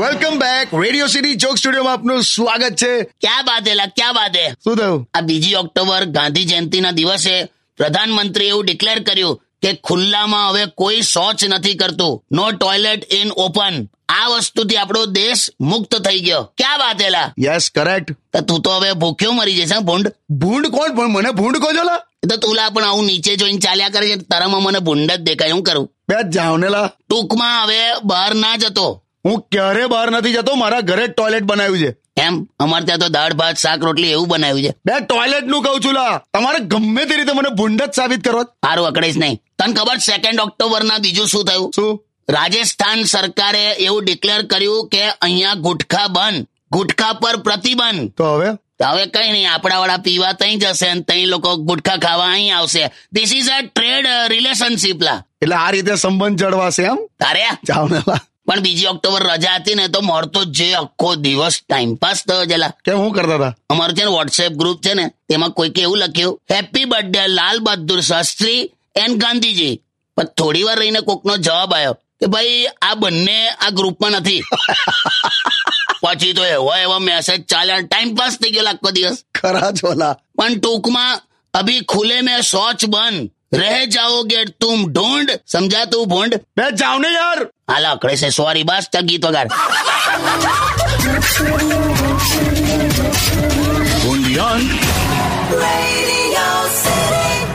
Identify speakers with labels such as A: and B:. A: Welcome back Radio City joke સ્ટુડિયોમાં આપનું સ્વાગત છે
B: ક્યાં બાત હે લા ક્યાં બાત હે
A: શું થયું
B: આ બીજી ઓક્ટોબર ગાંધી જયંતિના દિવસે પ્રધાનમંત્રીએ એવું ડિક્લેર કર્યું કે ખુલ્લામાં હવે કોઈ શૌચ નથી કરતું નો ટોયલેટ ઇન ઓપન આ વસ્તુથી આપણો દેશ મુક્ત થઈ ગયો ક્યાં વાત એલા
A: યસ કરેક્ટ
B: તો તું તો હવે ભૂખ્યો મરી જશે હં, ભૂંડ
A: ભૂંડ કોણ પણ મને ભૂંડ કહો છો લા
B: એ તો તુલા પણ આવું નીચે જોઈને ચાલ્યા કરે છે તારામાં મને ભૂંડ જ દેખાય હું કરું
A: બે જાવને લા
B: ટૂંકમાં હવે બહાર ના જતો
A: હું ક્યારે બહાર નથી જતો મારા ઘરે ટોયલેટ બનાવ્યું છે
B: એમ અમારે ત્યાં તો દાળ ભાત શાક રોટલી એવું બનાવ્યું છે
A: બે ટોયલેટ નું કહું છું લા તમારે ગમે તે રીતે મને ભૂંડ જ સાબિત કરો
B: સારું અકડીશ નહીં તને ખબર સેકન્ડ ઓક્ટોબરના બીજું શું થયું
A: શું
B: રાજસ્થાન સરકારે એવું ડિક્લેર કર્યું કે અહીંયા ગુટખા બંધ ગુટખા પર પ્રતિબંધ
A: તો હવે
B: તો હવે કઈ નહીં આપણા વાળા પીવા તઈ જશે અને તઈ લોકો ગુટખા ખાવા અહીં આવશે this is a trade relationship લા
A: એટલે આ રીતે સંબંધ જળવાશે એમ
B: તારે
A: જાવને લા
B: પણ બીજી ઓક્ટોબર રજા હતી ને તો મળતો જે આખો દિવસ ટાઈમ પાસ થયો જેલા
A: કે હું કરતા હતા
B: અમારું છે ને વોટ્સએપ ગ્રુપ છે ને તેમાં કોઈકે એવું લખ્યું happy birthday Lal Bahadur Shastri and Gandhiji પણ થોડી વાર રહીને કોકનો જવાબ આવ્યો કે ભાઈ આ બંને આ ગ્રુપમાં નથી પછી તો એવા એવા મેસેજ ચાલ્યા ટાઈમ પાસ થઈ ગયો આખો દિવસ
A: ખરા છો લા
B: પણ ટૂંકમાં અભી ખુલે મેં શૌચ બંધ રહે જાઓગે તુમ ઢોંઢ સમજાતું ભોંડ
A: બે જાવને યાર
B: હાલા અકળે છે સોરી બસ ત્યાં ગીત વગાડ
A: ભૂંડિયાન
C: Radio City.